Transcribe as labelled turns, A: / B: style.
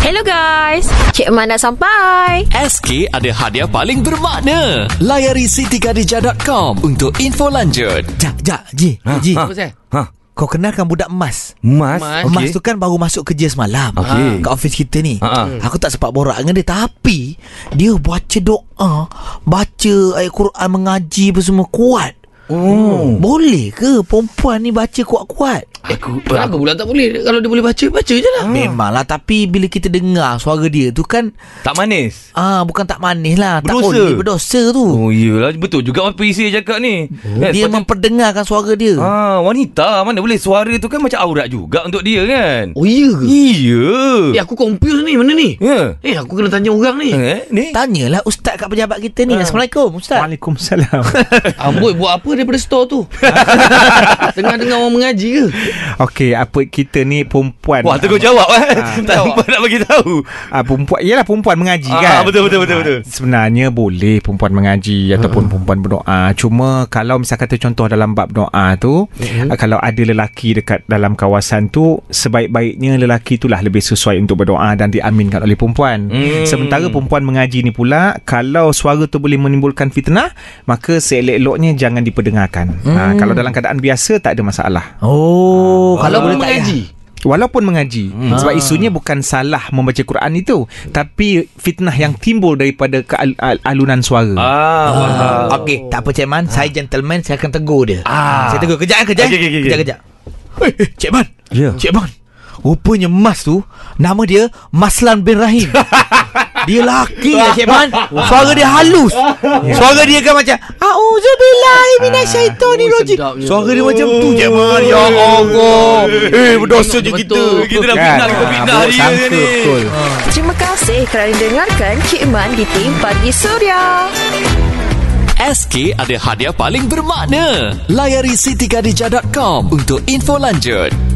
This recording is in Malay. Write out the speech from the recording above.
A: Hello guys. Cik Man dah sampai.
B: SK ada hadiah paling bermakna. Layari siti3dija.com untuk info lanjut.
C: Jak, jak, Ji. Ha, Ji. Ha.
D: Apa Zai?
E: Ha,
C: Kau kenalkan budak Mas.
E: Mas.
D: Mas.
C: Okay. Mas tu kan baru masuk kerja semalam
E: Okey.
C: Kat ofis kita ni
E: Ha, ha.
C: Aku tak sempat borak dengan dia Tapi Dia baca doa Baca ayat Quran Mengaji apa semua Kuat
E: Oh.
C: Boleh ke perempuan ni baca kuat-kuat?
D: Aku Kenapa pula tak boleh Kalau dia boleh baca Baca je
E: Ah.
D: lah
C: Memanglah Tapi bila kita dengar suara dia tu kan
E: Tak manis.
C: ah Bukan tak manis lah Tak
E: Berdosa.
C: boleh berdosa tu
E: Oh, iyalah. Betul juga apa isi dia cakap ni. Oh.
C: Dia memperdengarkan suara dia
E: Ah, wanita mana boleh suara tu kan macam aurat juga untuk dia kan.
D: Oh iya ke
E: Iya.
D: Eh aku confused ni Mana ni
E: Ya.
D: Eh aku kena tanya orang ni
E: Eh, ni.
C: Tanyalah ustaz kat pejabat kita
E: Ah.
C: ni Assalamualaikum ustaz
F: Waalaikumsalam.
D: Amboi Ah, buat apa daripada store tu Tengah dengar orang mengaji ke
F: Okey, apa kita ni perempuan.
E: Wah, tegur jawab eh. Tak
D: Jawab.
E: sempat nak bagi tahu.
F: Ah, perempuan Yelah perempuan mengaji
E: Ah,
F: kan
E: betul, betul, betul,
F: Ah,
E: betul.
F: Sebenarnya boleh Perempuan mengaji Ataupun
E: Hmm.
F: perempuan berdoa Cuma Kalau misal kata contoh Dalam bab doa tu
E: Hmm.
F: ah, Kalau ada lelaki Dekat dalam kawasan tu Sebaik-baiknya Lelaki itulah Lebih sesuai untuk berdoa Dan diaminkan oleh perempuan
E: Hmm.
F: Sementara perempuan mengaji ni pula Kalau suara tu boleh menimbulkan fitnah Maka seelok-eloknya Jangan diperdengarkan
E: Hmm.
F: Ah, Kalau dalam keadaan biasa Tak ada masalah
C: Oh
E: Ah.
D: Kalau
C: Kalau boleh tak ya
D: Ah, mengaji
F: Walaupun mengaji hmm. Sebab isunya bukan salah membaca Quran itu Tapi fitnah yang timbul daripada keal- al- alunan suara
E: Ah, faham.
C: Okey, tak apa Cik Man, saya gentleman, saya akan tegur dia.
E: Ah.
C: Saya tegur kejap eh, kejap.
E: Okey, okey, okey.
C: Kejap kejap. Hey, hey, Cik Man.
E: Ya.
C: Cik Man. Rupanya Mas tu nama dia Maslan bin Rahim. dia laki lah Cik Man. Suara dia halus. Suara dia kan macam auzubillahi minasyaitonirrajim.
E: Oh,
D: Ah, sedapnya.
C: Suara dia macam tu Cik Man. Ya Allah. Eh, berdosa je
D: Betul.
C: kita.
E: Kita dah
F: Kan?
E: fitnah, kita
F: Ah,
E: fitnah
F: buruk
E: dia
F: sangka
E: ni.
F: betul.
A: Terima kasih kerana dengarkan Cik Man di Tim Pagi Surya.
B: SK ada hadiah paling bermakna. Layari siti3dija.com untuk info lanjut.